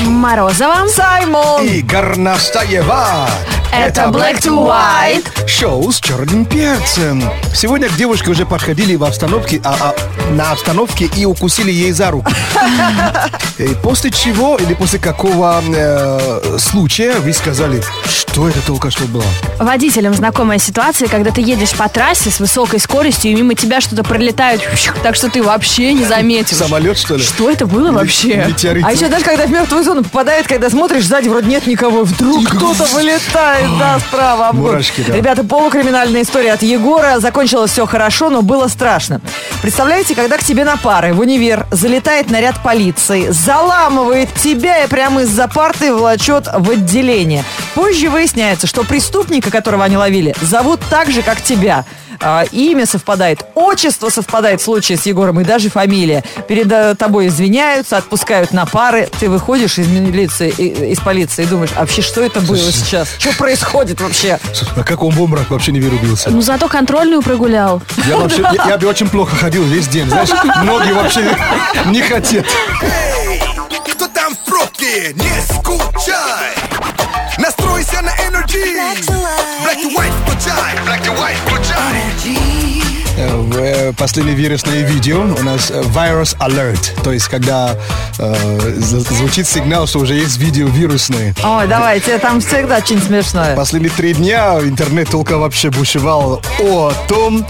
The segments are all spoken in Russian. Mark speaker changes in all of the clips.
Speaker 1: Морозова.
Speaker 2: Саймон!
Speaker 3: И Горностаева.
Speaker 1: Это Black to White.
Speaker 3: Шоу с черным перцем. Сегодня к девушке уже подходили в обстановке, а, а, на обстановке и укусили ей за руку. И после чего или после какого э, случая вы сказали, что это только что было?
Speaker 1: Водителям знакомая ситуация, когда ты едешь по трассе с высокой скоростью, и мимо тебя что-то пролетает, так что ты вообще не заметишь.
Speaker 3: Самолет, что ли?
Speaker 1: Что это было вообще?
Speaker 3: Метеорит.
Speaker 2: А еще даже когда в мертвую зону попадает, когда смотришь, сзади вроде нет никого, вдруг кто-то вылетает, да, справа. обгон.
Speaker 3: Мурашки, да.
Speaker 2: Ребята, полукриминальная история от Егора. Закончилось все хорошо, но было страшно. Представляете, когда к тебе на пары в универ залетает наряд полиции, заламывает тебя и прямо из-за парты влачет в отделение. Позже выясняется, что преступника, которого они ловили, зовут так же, как тебя. А, Имя совпадает, отчество совпадает в случае с Егором и даже фамилия. Перед э, тобой извиняются, отпускают на пары. Ты выходишь из милиции, и- из полиции и думаешь, «А вообще что это было сейчас? Что происходит вообще?
Speaker 3: Слушай, А как он в обморок вообще не вырубился?
Speaker 1: Ну, зато контрольную прогулял.
Speaker 3: Я вообще, я, я бы очень плохо ходил весь день, знаешь, ноги вообще не хотят.
Speaker 4: Кто там в пробке? Не скучай! Настройся на энергии!
Speaker 5: Black
Speaker 4: Black to
Speaker 5: to white.
Speaker 4: white включай! Black to white включай!
Speaker 3: Э, в, э, Последнее вирусное видео у нас э, virus alert, то есть когда э, за- звучит сигнал, что уже есть видео вирусные.
Speaker 2: Ой, давайте, там всегда очень смешное.
Speaker 3: Последние три дня интернет только вообще бушевал о том,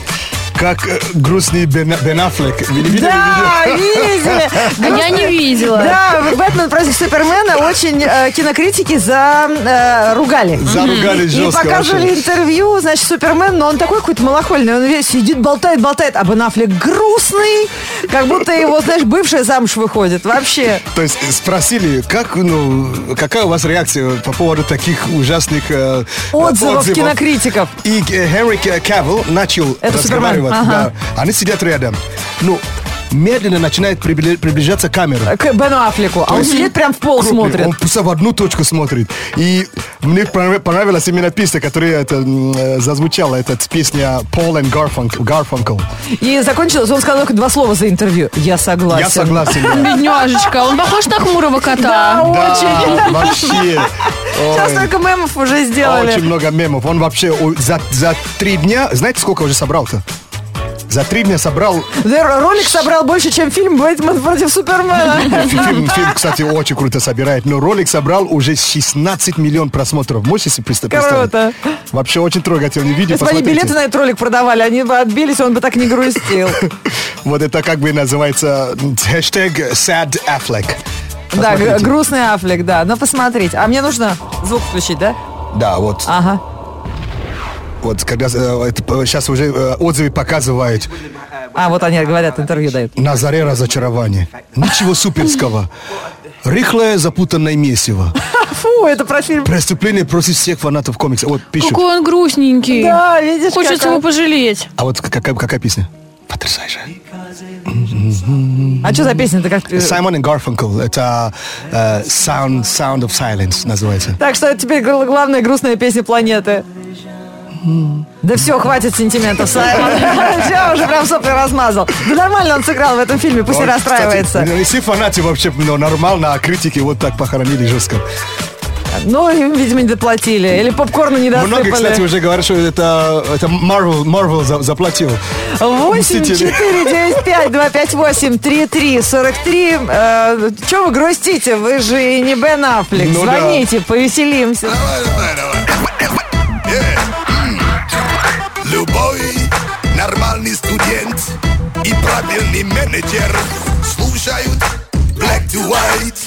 Speaker 3: как э, грустный Бен, Бен Аффлек. Вы не видели
Speaker 2: Да, видели!
Speaker 1: А я не видела.
Speaker 2: Да, Бэтмен против Супермена очень э, кинокритики за э, ругали.
Speaker 3: видео? Заругались
Speaker 2: И
Speaker 3: жестко
Speaker 2: показывали
Speaker 3: вообще.
Speaker 2: интервью, значит, Супермен, но он такой какой-то малохольный, он весь сидит, болтает, болтает, а Бен Аффлек грустный, как будто его, знаешь, бывшая замуж выходит вообще.
Speaker 3: То есть э, спросили, как, ну, какая у вас реакция по поводу таких ужасных э,
Speaker 2: Отзывов кинокритиков.
Speaker 3: И э, Хенри К- Кавилл начал
Speaker 2: Это
Speaker 3: разговаривать.
Speaker 2: Супермен,
Speaker 3: да. Они сидят рядом. Ну, медленно начинает прибли- приближаться камера.
Speaker 2: К Бену Аффлеку, а он
Speaker 3: есть
Speaker 2: сидит прям в пол
Speaker 3: Крупный.
Speaker 2: смотрит.
Speaker 3: Он просто в одну точку смотрит. И мне понрав- понравилась именно песня, которая это, м, э, зазвучала. Это песня Paul and Garfunkel. Garfunkel.
Speaker 2: И закончилось, он сказал только два слова за интервью. Я согласен.
Speaker 3: Я согласен. да.
Speaker 1: Бедняжечка, он похож на хмурого
Speaker 2: Да,
Speaker 1: кота.
Speaker 2: очень.
Speaker 3: Да, вообще.
Speaker 2: Сейчас
Speaker 3: Ой. А
Speaker 2: только мемов уже сделали.
Speaker 3: Очень много мемов. Он вообще о, за, за три дня, знаете, сколько уже собрал-то? За три дня собрал
Speaker 2: Да, Ролик собрал больше, чем фильм «Бэтмен против Супермена».
Speaker 3: Фи- Фильм, фильм, кстати, очень круто собирает. Но ролик собрал уже 16 миллион просмотров. Можете себе представ- представить?
Speaker 2: Круто.
Speaker 3: Вообще очень трогательный видео.
Speaker 2: Если бы они
Speaker 3: посмотрите.
Speaker 2: билеты на этот ролик продавали, они бы отбились, он бы так не грустил.
Speaker 3: Вот это как бы называется м, хэштег sad Affleck.
Speaker 2: Да,
Speaker 3: Посмотрите.
Speaker 2: г- грустный афлик, да. Но посмотреть. А мне нужно звук включить, да?
Speaker 3: Да, вот.
Speaker 2: Ага.
Speaker 3: Вот когда сейчас уже э, отзывы показывают.
Speaker 2: А, вот они говорят, интервью дают.
Speaker 3: На заре разочарования. Ничего суперского. Рыхлое запутанное месиво.
Speaker 2: Фу, это про фильм.
Speaker 3: Преступление против всех фанатов комикса. Вот пишут.
Speaker 1: Какой он грустненький.
Speaker 2: Да, видишь,
Speaker 1: Хочется
Speaker 2: какая-
Speaker 1: его пожалеть.
Speaker 3: А вот какая, какая песня? Потрясающая.
Speaker 2: А что за песня-то как? э,
Speaker 3: Саймон и Гарфанкл. Это э, sound, sound of Silence называется.
Speaker 2: Так что теперь гла- главная грустная песня планеты. Да все, хватит сентиментов, Саймон. Все, уже прям сопли размазал. Да нормально он сыграл в этом фильме, пусть не
Speaker 3: Вот,
Speaker 2: расстраивается.
Speaker 3: кстати, ну, Если фанаты вообще ну, нормально, а критики вот так похоронили жестко.
Speaker 2: Ну, им, видимо, не доплатили. Или попкорну не досыпали.
Speaker 3: Ну, Многие, кстати, уже говорят, что это, это Marvel, Marvel за- заплатил.
Speaker 2: Восемь,
Speaker 3: Мстители.
Speaker 2: четыре, девять, пять, два, пять, восемь, три, три, сорок три. Чего вы грустите? Вы же и не Бен Аффлек.
Speaker 3: Ну да.
Speaker 2: Звоните, повеселимся.
Speaker 4: Давай, давай, давай. Yeah. Mm. М. Любой нормальный студент и правильный менеджер слушают Black to White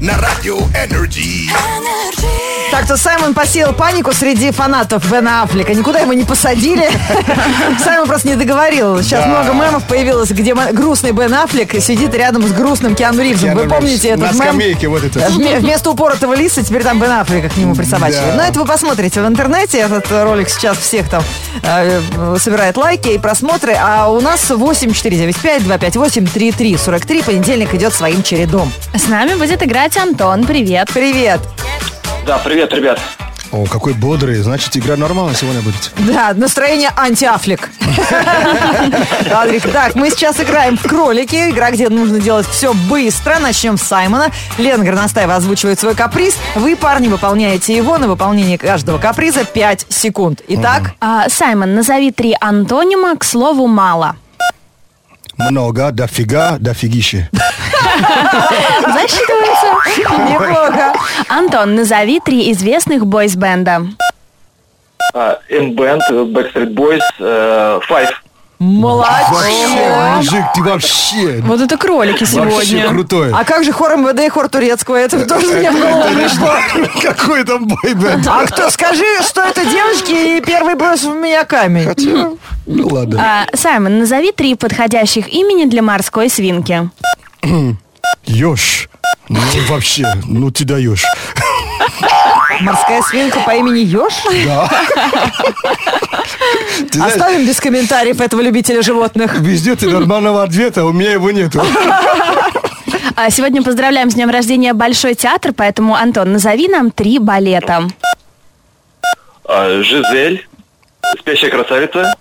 Speaker 4: на радио Energy.
Speaker 5: Energy.
Speaker 2: Так что Саймон посеял панику среди фанатов Бена Аффлека. Никуда его не посадили. Саймон просто не договорил. Сейчас много мемов появилось, где м- грустный Бен Аффлек сидит рядом с грустным Киану Ривзом. Вы
Speaker 3: Киану Ривз.
Speaker 2: помните этот
Speaker 3: На
Speaker 2: мем?
Speaker 3: скамейке вот это.
Speaker 2: Вме- Вместо упоротого лиса теперь там Бен Аффлека к нему присобачили.
Speaker 3: Да.
Speaker 2: Но это вы посмотрите в интернете. Этот ролик сейчас всех там э, э, собирает лайки и просмотры. А у нас 8495 258 3343. Понедельник идет своим чередом.
Speaker 1: С нами будет играть Антон. Привет.
Speaker 2: Привет.
Speaker 6: Да, привет, ребят.
Speaker 3: О, какой бодрый. Значит, игра нормально сегодня будет.
Speaker 2: Да, настроение антиафлик. Адрик, так, мы сейчас играем в кролики. Игра, где нужно делать все быстро. Начнем с Саймона. Лена Горностаева озвучивает свой каприз. Вы, парни, выполняете его. На выполнение каждого каприза 5 секунд. Итак,
Speaker 1: А, Саймон, назови три антонима к слову «мало».
Speaker 3: Много, дофига, дофигище.
Speaker 1: Засчитывается.
Speaker 2: неплохо.
Speaker 1: Антон, назови три известных бойсбенда.
Speaker 6: А, N-Band, Backstreet Boys, э, Five.
Speaker 3: Вообще,
Speaker 2: Молодец.
Speaker 3: мужик, ты вообще...
Speaker 1: Вот это кролики
Speaker 3: Вообще
Speaker 1: сегодня.
Speaker 3: крутой.
Speaker 2: А как же хор МВД и хор турецкого? Это тоже мне в голову пришло.
Speaker 3: Какой там бойбенд?
Speaker 2: А кто, скажи, что это девочки и первый бросил в меня камень?
Speaker 3: Ну ладно.
Speaker 1: А, Саймон, назови три подходящих имени для морской свинки.
Speaker 3: Ёж. Ну вообще, ну ты даешь.
Speaker 2: Морская свинка по имени Ёж?
Speaker 3: Ты знаешь,
Speaker 2: Оставим без комментариев этого любителя животных.
Speaker 3: везде ты нормального ответа, у меня его нету.
Speaker 1: А, сегодня поздравляем с днем рождения Большой театр, поэтому, Антон, назови нам три балета.
Speaker 6: А, Жизель, Спящая красавица,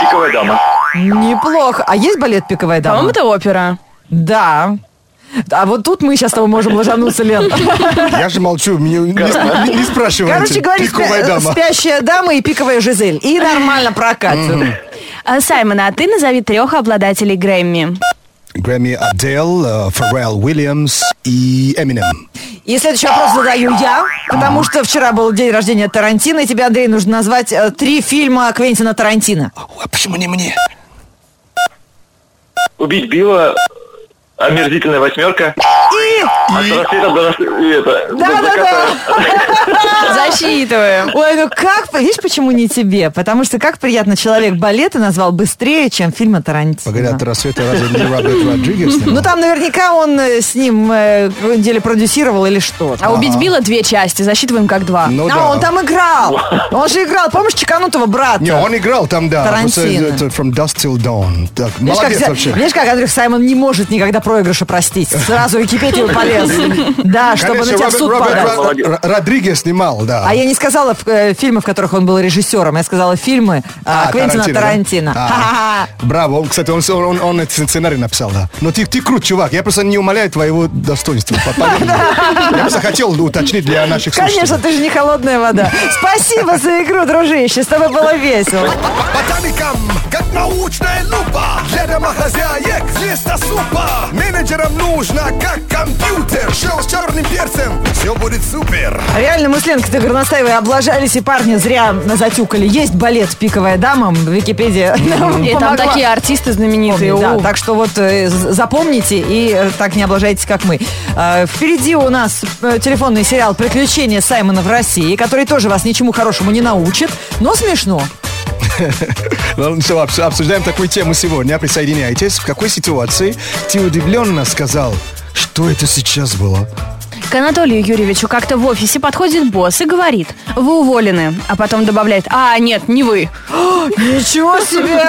Speaker 6: Пиковая дама.
Speaker 2: Неплохо. А есть балет «Пиковая
Speaker 1: По-моему,
Speaker 2: дама»?
Speaker 1: это опера.
Speaker 2: Да. А вот тут мы сейчас с тобой можем ложануться, Лен.
Speaker 3: Я же молчу, меня не, не- не спрашивайте.
Speaker 2: Короче говоря,
Speaker 3: Пиковая
Speaker 2: спя-
Speaker 3: дама.
Speaker 2: спящая дама и пиковая Жизель. И нормально прокатит.
Speaker 1: А, Саймон, а ты назови трех обладателей Грэмми.
Speaker 3: Грэмми Адел, э, Фаррелл Уильямс и Эминем.
Speaker 2: И следующий вопрос задаю я, потому что вчера был день рождения Тарантино, и тебе, Андрей, нужно назвать э, три фильма Квентина Тарантино.
Speaker 4: А почему не мне?
Speaker 6: Убить Билла, Омерзительная восьмерка. А От рассвета до рас- и это, до заката.
Speaker 2: Да-да-да!
Speaker 1: Засчитываем.
Speaker 2: Ой, ну как, видишь, почему не тебе? Потому что как приятно человек балета назвал быстрее, чем фильма Тарантино.
Speaker 3: Погоди, а от рассвета разве не Роберт Родригес? снимал?
Speaker 2: Ну там наверняка он э, с ним э, в каком-то деле продюсировал или что.
Speaker 1: А убить Билла две части, засчитываем как два.
Speaker 3: Ну
Speaker 2: а,
Speaker 3: да.
Speaker 2: он там играл. Он же играл, помнишь, Чеканутого брата?
Speaker 3: Не, он играл там, да. Просто
Speaker 2: Тарантино.
Speaker 3: это From Dust Till Dawn. Так,
Speaker 2: Видишь, как,
Speaker 3: молодец
Speaker 2: Ся-
Speaker 3: вообще.
Speaker 2: видишь, как Андрюх Саймон не может никогда проигрыша простить. Сразу в Википедию полез. Да, чтобы на
Speaker 3: Конечно,
Speaker 2: тебя
Speaker 3: Роберт,
Speaker 2: в суд
Speaker 3: Роберт
Speaker 2: подать.
Speaker 3: Ро- Ро- Родригес снимал, да.
Speaker 2: А я не сказала в, э, фильмы, в которых он был режиссером. Я сказала фильмы э,
Speaker 3: А,
Speaker 2: Квентина
Speaker 3: да?
Speaker 2: Тарантино.
Speaker 3: А,
Speaker 2: Ха-ха-ха.
Speaker 3: Браво. Он, Кстати, он, он- он этот сценарий написал, да. Но ты, ты крут, чувак. Я просто не умоляю твоего достоинства. По- поверь мне. Я просто хотел ну, уточнить для наших
Speaker 2: Конечно,
Speaker 3: слушателей.
Speaker 2: ты же не холодная вода. Спасибо за игру, дружище. С тобой было весело.
Speaker 4: По Ботаникам, как научная лупа Для домохозяек вместо супа Менеджерам нужно, как компьютер Шел с черным перцем, все будет супер
Speaker 2: А Реально, мы с Ленкой Горностаевой облажались, и парни зря затюкали. Есть балет «Пиковая дама» в Википедии. нам
Speaker 1: И там
Speaker 2: помогла.
Speaker 1: такие артисты знаменитые.
Speaker 2: Помню, да.
Speaker 1: О.
Speaker 2: Так что вот э, з- запомните и э, так не облажайтесь, как мы. Э, Впереди у нас э, телефонный сериал «Приключения Саймона в России», который тоже вас ничему хорошему не научит, но смешно.
Speaker 3: Ну, всё, обс- обсуждаем такую тему сегодня. Присоединяйтесь. В какой ситуации ты удивленно сказал, что это сейчас было?
Speaker 1: К Анатолию Юрьевичу как-то в офисе подходит босс и говорит, вы уволены. А потом добавляет, а, нет, не вы.
Speaker 2: Ничего себе!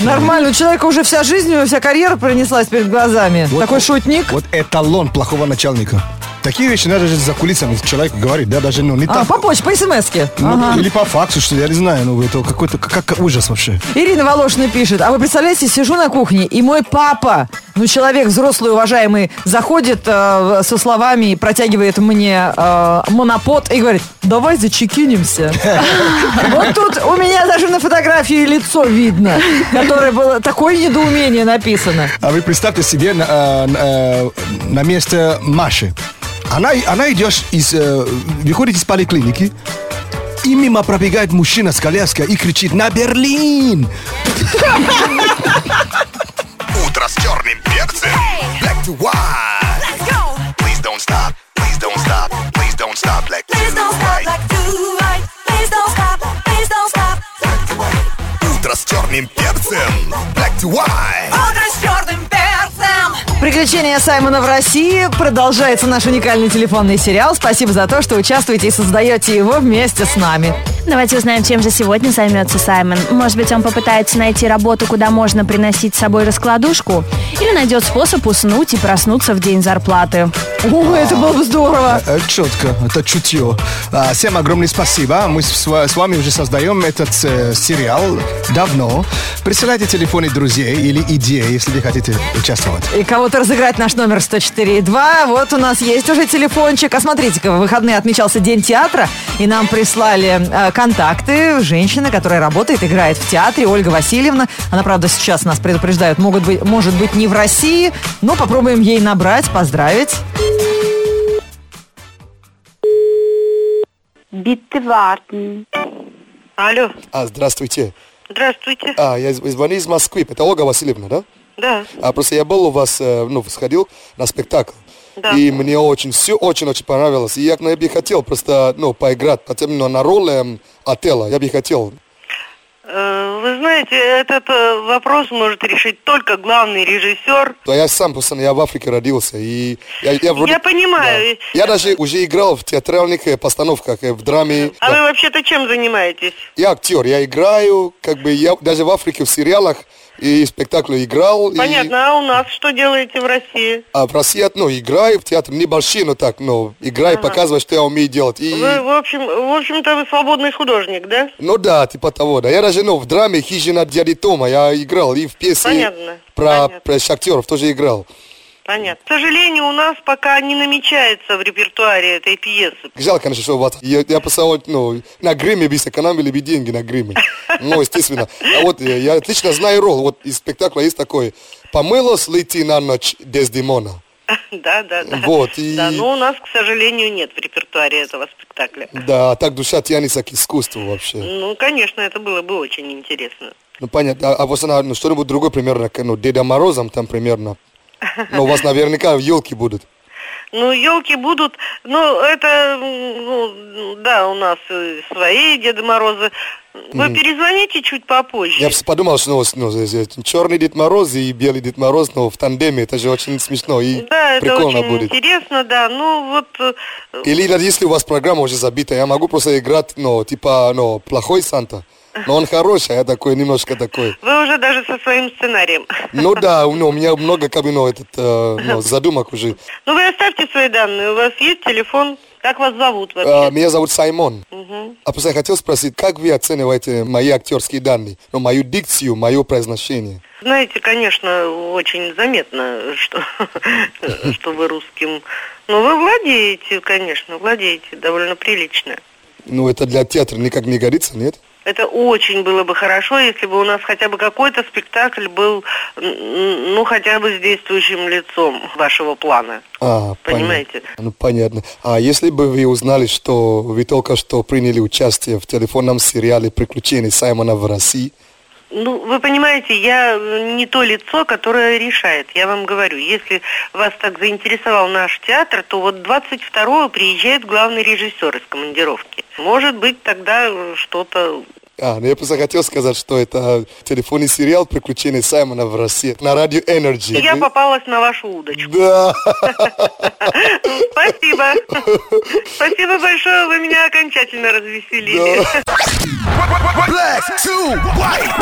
Speaker 2: Нормально, у человека уже вся жизнь, у него вся карьера пронеслась перед глазами. Такой шутник.
Speaker 3: Вот эталон плохого начальника. Такие вещи надо же за кулисами человек говорит, да, даже ну, не
Speaker 2: А,
Speaker 3: так.
Speaker 2: по почте, по смс-ке.
Speaker 3: Ну,
Speaker 2: Ага.
Speaker 3: Или по факсу, что ли, я не знаю, ну это какой-то как, как ужас вообще.
Speaker 2: Ирина Волошина пишет, а вы представляете, сижу на кухне, и мой папа, ну человек взрослый, уважаемый, заходит э, со словами и протягивает мне э, монопод и говорит, давай зачекинимся. Вот тут у меня даже на фотографии лицо видно, которое было такое недоумение написано.
Speaker 3: А вы представьте себе на, э, на, э, на место Маши. Она, она идешь из, э, выходит из поликлиники, и мимо пробегает мужчина с коляской и кричит «На Берлин!»
Speaker 4: Утро с черным перцем Black to white
Speaker 5: Let's go.
Speaker 4: Please don't stop, please don't stop Please don't stop, black to
Speaker 5: Please don't stop
Speaker 4: white
Speaker 5: like to right. Please don't stop. Please don't stop.
Speaker 4: Утро с черным перцем Black to white
Speaker 5: Утро с черным перцем.
Speaker 2: Приключения Саймона в России продолжается наш уникальный телефонный сериал. Спасибо за то, что участвуете и создаете его вместе с нами.
Speaker 1: Давайте узнаем, чем же сегодня займется Саймон. Может быть, он попытается найти работу, куда можно приносить с собой раскладушку? Или или найдет способ уснуть и проснуться в день зарплаты.
Speaker 2: О, это было бы здорово.
Speaker 3: Э, Четко, это чутье. А, Всем огромное спасибо. Мы с, ва- с вами уже создаем этот э, сериал давно. Присылайте телефоны друзей или идеи, если вы хотите участвовать.
Speaker 2: И кого-то разыграть наш номер 104.2. Вот у нас есть уже телефончик. А смотрите-ка, в выходные отмечался День театра, и нам прислали э, контакты женщины, которая работает, играет в театре, Ольга Васильевна. Она, правда, сейчас нас предупреждает, могут быть, может быть, не в России, но попробуем ей набрать, поздравить.
Speaker 7: Bitte warten.
Speaker 8: Алло,
Speaker 3: А, здравствуйте.
Speaker 8: здравствуйте.
Speaker 3: А, я звоню из Москвы. Это Ольга Васильевна, да?
Speaker 8: Да,
Speaker 3: А просто я был у вас, э, ну, сходил на спектакль.
Speaker 8: Да.
Speaker 3: И мне очень, все очень-очень понравилось. И я, наверное, бы хотел просто, ну, поиграть, хотя бы, ну, на роли эм, Отелло. Я бы хотел.
Speaker 8: Э, вы знаете, этот э, вопрос может решить только главный режиссер.
Speaker 3: Да я сам, просто ну, я в Африке родился. И я, вроде-
Speaker 8: Я понимаю.
Speaker 3: Да. Я даже уже играл в театральных э, постановках, э, в драме.
Speaker 8: А
Speaker 3: Да.
Speaker 8: вы вообще-то чем занимаетесь?
Speaker 3: Я актер, я играю, как бы я даже в Африке в сериалах и спектакле играл. и-
Speaker 8: Понятно, а у нас что делаете в России?
Speaker 3: а в России, ну, играю в театре, небольшие, но так, но играю, показываю, что я умею делать. И,
Speaker 8: Вы, в общем, в общем-то, вы свободный художник, да?
Speaker 3: ну да, типа того, да. Я даже, ну, в драме «Хижина дяди Тома» я играл, и в песне
Speaker 8: Понятно,
Speaker 3: Про,
Speaker 8: понятно.
Speaker 3: про шахтеров тоже играл.
Speaker 8: Понятно. К сожалению, у нас пока не намечается в репертуаре этой пьесы.
Speaker 3: Жалко, конечно, что у вас... Я, я просто вот, ну, на гриме бы сэкономили бы деньги на гриме. Ну, естественно. А вот э, я отлично знаю роль. Вот из спектакля есть такой «Помылось ли ты на ночь Дездемона?»
Speaker 8: Да, да, да.
Speaker 3: Вот, и-
Speaker 8: Да, но у нас, к сожалению, нет в репертуаре этого спектакля.
Speaker 3: Да, а так душа тянется к искусству вообще.
Speaker 8: Ну, конечно, это было бы очень интересно.
Speaker 3: Ну, понятно. А, а вот она, ну, что-нибудь другое примерно, к, ну, Деда Морозом там примерно. Но у вас наверняка елки будут.
Speaker 8: Ну, елки будут, ну, это, м, ну, да, у нас э, свои Деды Морозы. Вы перезвоните чуть попозже.
Speaker 3: Я просто подумал, что ну, с- ну, з- з- черный Дед Мороз и белый Дед Мороз, но в тандеме, это же очень смешно и
Speaker 8: Да, это
Speaker 3: прикольно
Speaker 8: очень
Speaker 3: будет.
Speaker 8: интересно, да. Ну, вот, э,
Speaker 3: Или даже если у вас программа уже забита, я могу просто играть, ну, типа, ну, плохой Санта. Но он хороший, а я такой, немножко такой.
Speaker 8: вы уже даже со своим сценарием.
Speaker 3: Ну да, у ну, у меня много, как бы, ну, этот, э, ну, задумок уже.
Speaker 8: Ну, вы оставьте свои данные, у вас есть телефон. Как вас зовут
Speaker 3: Э,
Speaker 8: вообще?
Speaker 3: меня зовут Саймон. А просто я хотел спросить, как вы оцениваете мои актерские данные? Ну, мою дикцию, мое произношение.
Speaker 8: Знаете, конечно, очень заметно, что, что вы русским. Но вы владеете, конечно, владеете довольно прилично.
Speaker 3: Ну, это для театра никак не годится, нет?
Speaker 8: Это очень было бы хорошо, если бы у нас хотя бы какой-то спектакль был, м, ну, хотя бы с действующим лицом вашего плана.
Speaker 3: А,
Speaker 8: Понимаете?
Speaker 3: понятно. Ну, понятно. А если бы вы узнали, что вы только что приняли участие в телефонном сериале «Приключения Саймона в России»,
Speaker 8: Ну, вы понимаете, я э, не то лицо, которое решает. Я вам говорю, если вас так заинтересовал наш театр, то вот 22-го приезжает главный режиссер из командировки. Может быть, тогда э, что-то...
Speaker 3: А, ну я просто хотел сказать, что это телефонный сериал «Приключения Саймона в России» на радио Energy.
Speaker 8: Я попалась на вашу удочку.
Speaker 3: Да,
Speaker 8: Спасибо. Спасибо большое, вы меня окончательно развеселили.
Speaker 4: Black to white.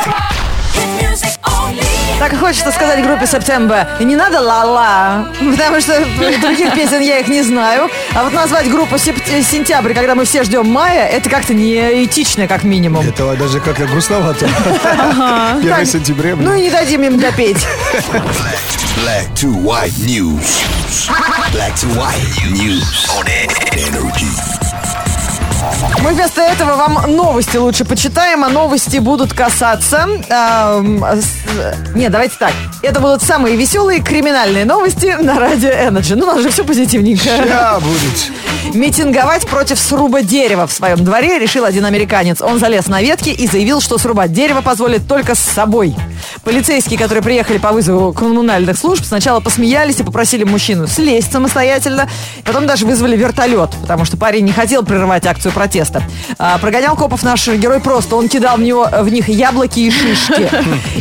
Speaker 5: Hit music only.
Speaker 2: Так и хочется сказать группе Септембер, не надо ла-ла, потому что других песен я их не знаю. А вот назвать группу Сеп- э, Сентябрь, когда мы все ждем мая, это как-то неэтично, как минимум.
Speaker 3: Это даже как-то грустновато. 1 сентября.
Speaker 2: Ну и не дадим им допеть.
Speaker 4: Black to white news. Black to white news on energy.
Speaker 2: Мы вместо этого вам новости лучше почитаем, а новости будут касаться... эм, с- не, давайте так. Это будут самые веселые криминальные новости на радио Energy. Ну, у нас же все позитивненько.
Speaker 3: Да, будет.
Speaker 2: Митинговать против сруба дерева в своем дворе решил один американец. Он залез на ветки и заявил, что срубать дерево позволит только с собой. Полицейские, которые приехали по вызову коммунальных служб, сначала посмеялись и попросили мужчину слезть самостоятельно. Потом даже вызвали вертолет, потому что парень не хотел прерывать акцию акцию протеста. А, прогонял копов наш герой просто. Он кидал в, него, в них яблоки и шишки.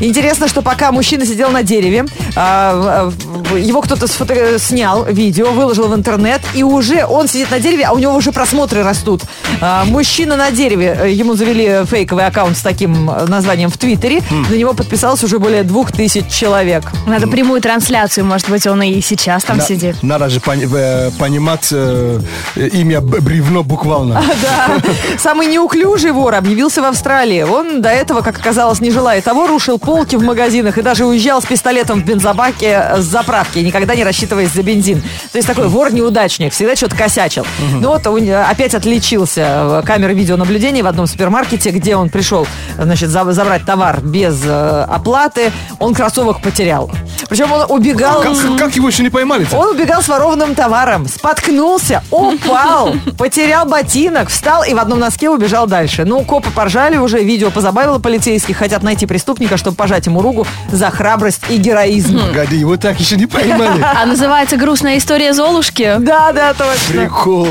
Speaker 2: Интересно, что пока мужчина сидел на дереве, а, в- в- его кто-то сфото- э, снял видео, выложил в интернет, и уже он сидит на дереве, а у него уже просмотры растут. А, мужчина на дереве, э, ему завели фейковый аккаунт с таким э, названием в Твиттере, на него подписалось уже более двух тысяч человек.
Speaker 1: Надо прямую трансляцию, может быть, он и сейчас там
Speaker 3: На-
Speaker 1: сидит.
Speaker 3: Надо же пони- э, понимать э, имя б- бревно буквально.
Speaker 2: Да. Самый неуклюжий вор объявился в Австралии. Он до этого, как оказалось, не желая того, рушил полки в магазинах и даже уезжал с пистолетом в бензобаке с заправки, никогда не рассчитываясь за бензин. То есть такой вор-неудачник, всегда что-то косячил. Но вот он опять отличился. э, Камера видеонаблюдения в одном супермаркете, где он пришел значит, за- забрать товар без э, оплаты, он кроссовок потерял. Причем он убегал...
Speaker 3: Как, как его еще не поймали-то?
Speaker 2: Он убегал с ворованным товаром, споткнулся, упал, потерял ботинок, встал и в одном носке убежал дальше. Ну, копы поржали уже, видео позабавило полицейских, хотят найти преступника, чтобы пожать ему руку за храбрость и героизм.
Speaker 3: Погоди, его так еще не поймали.
Speaker 1: А называется «Грустная история Золушки».
Speaker 2: Да, да, точно.
Speaker 3: Прикол.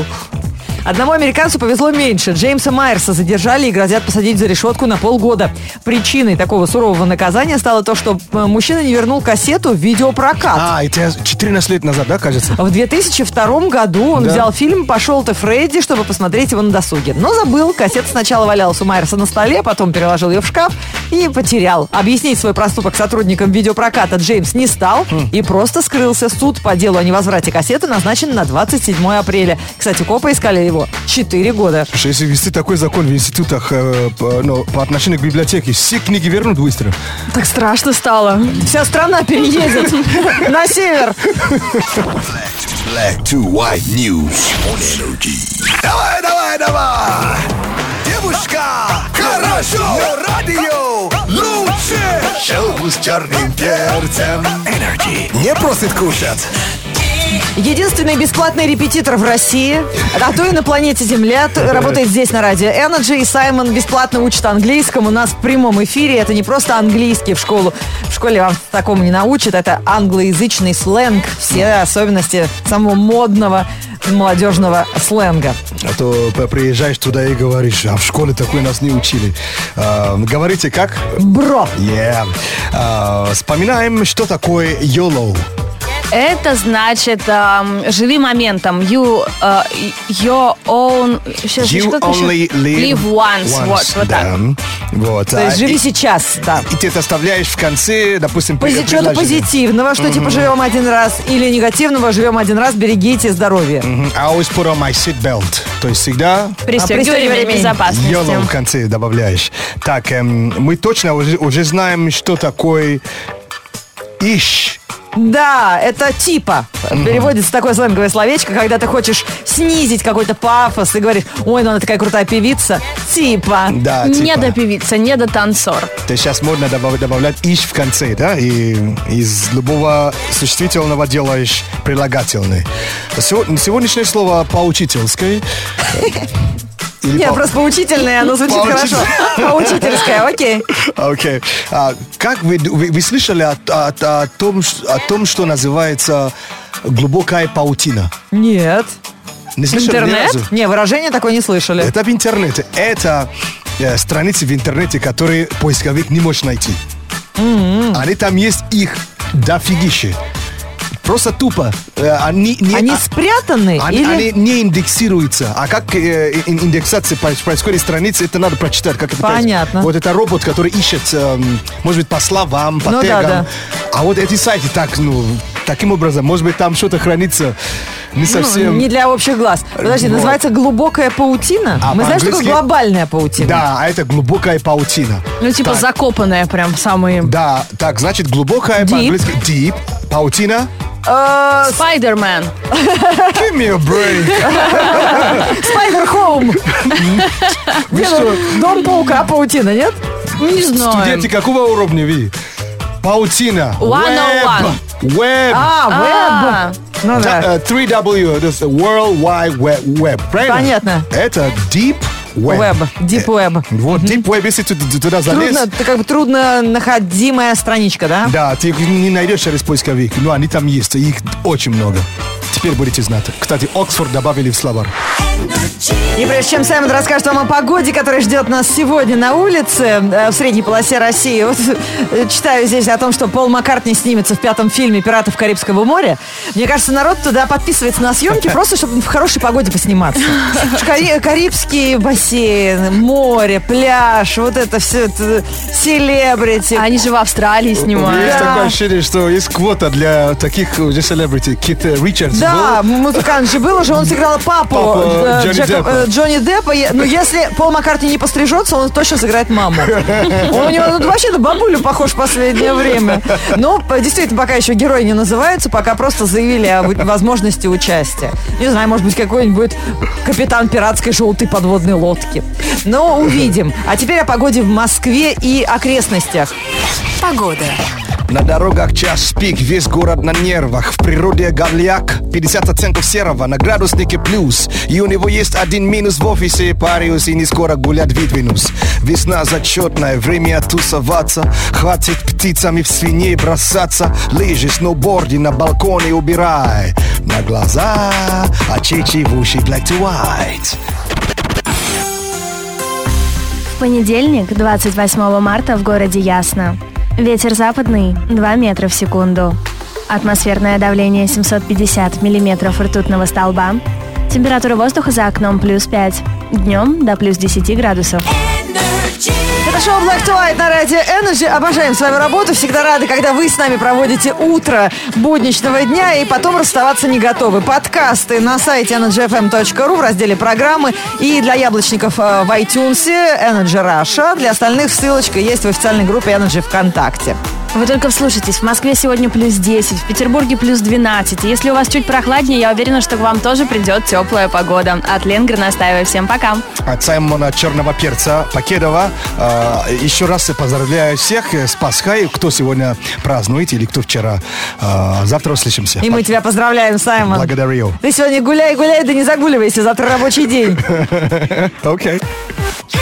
Speaker 2: Одному американцу повезло меньше. Джеймса Майерса задержали и грозят посадить за решетку на полгода. Причиной такого сурового наказания стало то, что э, мужчина не вернул кассету в видеопрокат.
Speaker 3: А, это 14 лет назад, да, кажется?
Speaker 2: В 2002 году он
Speaker 3: Да.
Speaker 2: взял фильм «Пошел ты, Фредди», чтобы посмотреть его на досуге. Но забыл, кассета сначала валялась у Майерса на столе, потом переложил ее в шкаф и потерял. Объяснить свой проступок сотрудникам видеопроката Джеймс не стал и просто скрылся. Суд по делу о невозврате кассеты назначен на 27 апреля. Кстати, копы искали его 4 года.
Speaker 3: Слушай, если вести такой закон в институтах э, по, ну, по отношению к библиотеке, все книги вернут быстро.
Speaker 1: Так страшно стало.
Speaker 2: Вся страна переедет на север.
Speaker 4: Black to white news on energy. Давай, давай, давай! Девушка, хорошо, но радио лучше! Шоу с черным перцем. Energy. Не просит кушать.
Speaker 2: Единственный бесплатный репетитор в России, а то и на планете Земля, т- работает здесь на радио Energy. И Саймон бесплатно учит английскому у нас в прямом эфире. Это не просто английский в школу. В школе вам такому не научат. Это англоязычный сленг. Все особенности самого модного молодежного сленга.
Speaker 3: А то п- приезжаешь туда и говоришь, а в школе такой нас не учили. А, говорите как?
Speaker 2: Бро!
Speaker 3: Yeah. А, вспоминаем, что такое YOLO.
Speaker 1: Это значит эм, «Живи моментом». You, э, your own... Сейчас,
Speaker 3: You
Speaker 1: как еще?
Speaker 3: only live,
Speaker 1: once. Вот, вот
Speaker 3: да.
Speaker 1: так.
Speaker 3: Вот.
Speaker 2: То есть
Speaker 3: А,
Speaker 2: живи
Speaker 3: и-
Speaker 2: сейчас, да.
Speaker 3: и ты это оставляешь в конце, допустим, при-
Speaker 2: Пози- Чего-то
Speaker 3: предложения.
Speaker 2: позитивного, что типа живем один раз, или негативного, живем один раз, берегите здоровье.
Speaker 3: Мгм. I always put on my seatbelt. То есть всегда
Speaker 9: А
Speaker 1: Пристегивай
Speaker 2: пристегивай ремень.
Speaker 1: ремень безопасности.
Speaker 3: YOLO в конце добавляешь. Так, эм, мы точно уже, уже знаем, что такое ищ.
Speaker 2: Да, это типа. Переводится такое сленговое словечко, когда ты хочешь снизить какой-то пафос и говоришь, ой, ну она такая крутая певица. Типа.
Speaker 3: Да,
Speaker 1: Не
Speaker 3: типа.
Speaker 1: до певица, не до танцор.
Speaker 3: То есть сейчас модно добав- добавлять ищ в конце, да? И из любого существительного делаешь прилагательный. Сего- Сегодняшнее слово поучительское. Или
Speaker 2: Не,
Speaker 3: по-
Speaker 2: просто поучительное, оно звучит хорошо.
Speaker 3: Поучитель-
Speaker 2: Поучительское, окей.
Speaker 3: Окей. А, как вы, ду- вы, вы слышали о, о- о том, ш- о том, что называется глубокая паутина?
Speaker 2: Нет.
Speaker 3: Не слышали ни
Speaker 1: Интернет?
Speaker 3: разу?
Speaker 2: Не, выражение такое не слышали.
Speaker 3: Это в интернете. Это э, страницы в интернете, которые поисковик не может найти. Они там есть их дофигище. Просто тупо. Э, Они не,
Speaker 2: Они
Speaker 3: а-
Speaker 2: спрятаны
Speaker 3: они- они
Speaker 2: или...
Speaker 3: не индексируются. А как э, ин- индексация проис- происходит страницы, это надо прочитать. Как это происходит.
Speaker 2: Понятно.
Speaker 3: Вот это робот, который ищет, эм, может быть, по словам, по
Speaker 2: Ну да,
Speaker 3: тегам.
Speaker 2: да.
Speaker 3: А вот эти сайты так, ну, таким образом, может быть, там что-то хранится не совсем...
Speaker 2: Ну, Не для общих глаз. Подожди,
Speaker 3: Вот.
Speaker 2: называется глубокая паутина.
Speaker 3: А
Speaker 2: Мы знаем, что такое
Speaker 3: по-английски-
Speaker 2: глобальная паутина.
Speaker 3: Да, а это глубокая паутина.
Speaker 1: Ну, типа
Speaker 3: Так.
Speaker 1: закопанная прям самые.
Speaker 3: Да, так, значит, глубокая по-английски deep, паутина.
Speaker 2: Э,
Speaker 1: Спайдермен.
Speaker 3: Give me a break.
Speaker 2: Спайдер Хоум.
Speaker 3: Вы что,
Speaker 2: Дом паука, паутина, нет?
Speaker 1: Не знаю.
Speaker 3: студенты какого уровня вы? Паутина.
Speaker 1: 101.
Speaker 3: Web. Web.
Speaker 2: oh А,
Speaker 1: А.
Speaker 2: веб. Ну да.
Speaker 3: Да, э, 3W, this World Wide Web, Web, правильно?
Speaker 2: Понятно.
Speaker 3: Это Deep Web.
Speaker 2: Веб, deep web.
Speaker 3: Вот, Deep Web, если ты т- туда залез,
Speaker 2: Трудно, ты как бы трудно находимая страничка, да?
Speaker 3: да, ты их не найдешь через поисковик, но они там есть, их очень много. Теперь будете знать. Кстати, Оксфорд добавили в словарь.
Speaker 5: energy.
Speaker 2: И прежде чем Саймон расскажет вам о погоде, которая ждет нас сегодня на улице, э, в средней полосе России, вот э, читаю здесь о том, что Пол Маккартни снимется в пятом фильме «Пиратов Карибского моря». Мне кажется, народ туда подписывается на съемки просто, чтобы в хорошей погоде посниматься. Потому что Кари- Карибские бассейны, море, пляж, вот это все, это селебрити.
Speaker 1: А они же в Австралии снимают.
Speaker 3: Есть
Speaker 2: Да.
Speaker 3: такое ощущение, что есть квота для таких уже селебрити. Кит э, Ричардс
Speaker 2: Да, музыкант же был уже, он сыграл папу,
Speaker 3: Папа
Speaker 2: э,
Speaker 3: Джонни
Speaker 2: Джека-
Speaker 3: Деппа.
Speaker 2: э, Джонни Деппа. Е- Ну, если Пол Маккартни не пострижется, он точно сыграет маму. Он у него ну, вообще на бабулю похож в последнее время. Но п- действительно, пока еще герои не называются, пока просто заявили о вы- возможности участия. Не знаю, может быть, какой-нибудь будет капитан пиратской желтой подводной лодки. Но увидим. А теперь о погоде в Москве и окрестностях.
Speaker 3: Был. На дорогах час пик, весь город на нервах. В природе говляк, 50 оттенков серого, на градуснике плюс. И у него есть один минус в офисе, париус и не скоро гулять выдвинусь. Весна зачетная, время тусоваться. Хватит птицами в свиней бросаться. Лыжи, сноуборды на балконе убирай. На глаза, а чичи в уши black to white.
Speaker 9: В понедельник, 28 марта, в городе Ясно. Ветер западный 2 метра в секунду. Атмосферное давление 750 миллиметров ртутного столба. Температура воздуха за окном плюс 5. Днем до плюс 10 градусов.
Speaker 2: Это шоу Black to White на радио Energy. Обожаем свою работу. Всегда рады, когда вы с нами проводите утро будничного дня и потом расставаться не готовы. Подкасты на сайте energyfm.ru в разделе программы и для яблочников э, в iTunes Energy Russia. Для остальных ссылочка есть в официальной группе Energy ВКонтакте.
Speaker 1: Вы только вслушайтесь, в Москве сегодня плюс 10, в Петербурге плюс 12. И Если у вас чуть прохладнее, я уверена, что к вам тоже придет теплая погода. От Лен Горностаева. Всем пока.
Speaker 3: от Саймона Черного Перца Пакедова. Э, Еще раз поздравляю всех э, с Пасхой, кто сегодня празднует или кто вчера. Э, Завтра услышимся.
Speaker 2: И мы тебя поздравляем, Саймон.
Speaker 3: Благодарю.
Speaker 2: Ты сегодня гуляй, гуляй, да не загуливайся, завтра рабочий день.
Speaker 3: Окей.
Speaker 4: You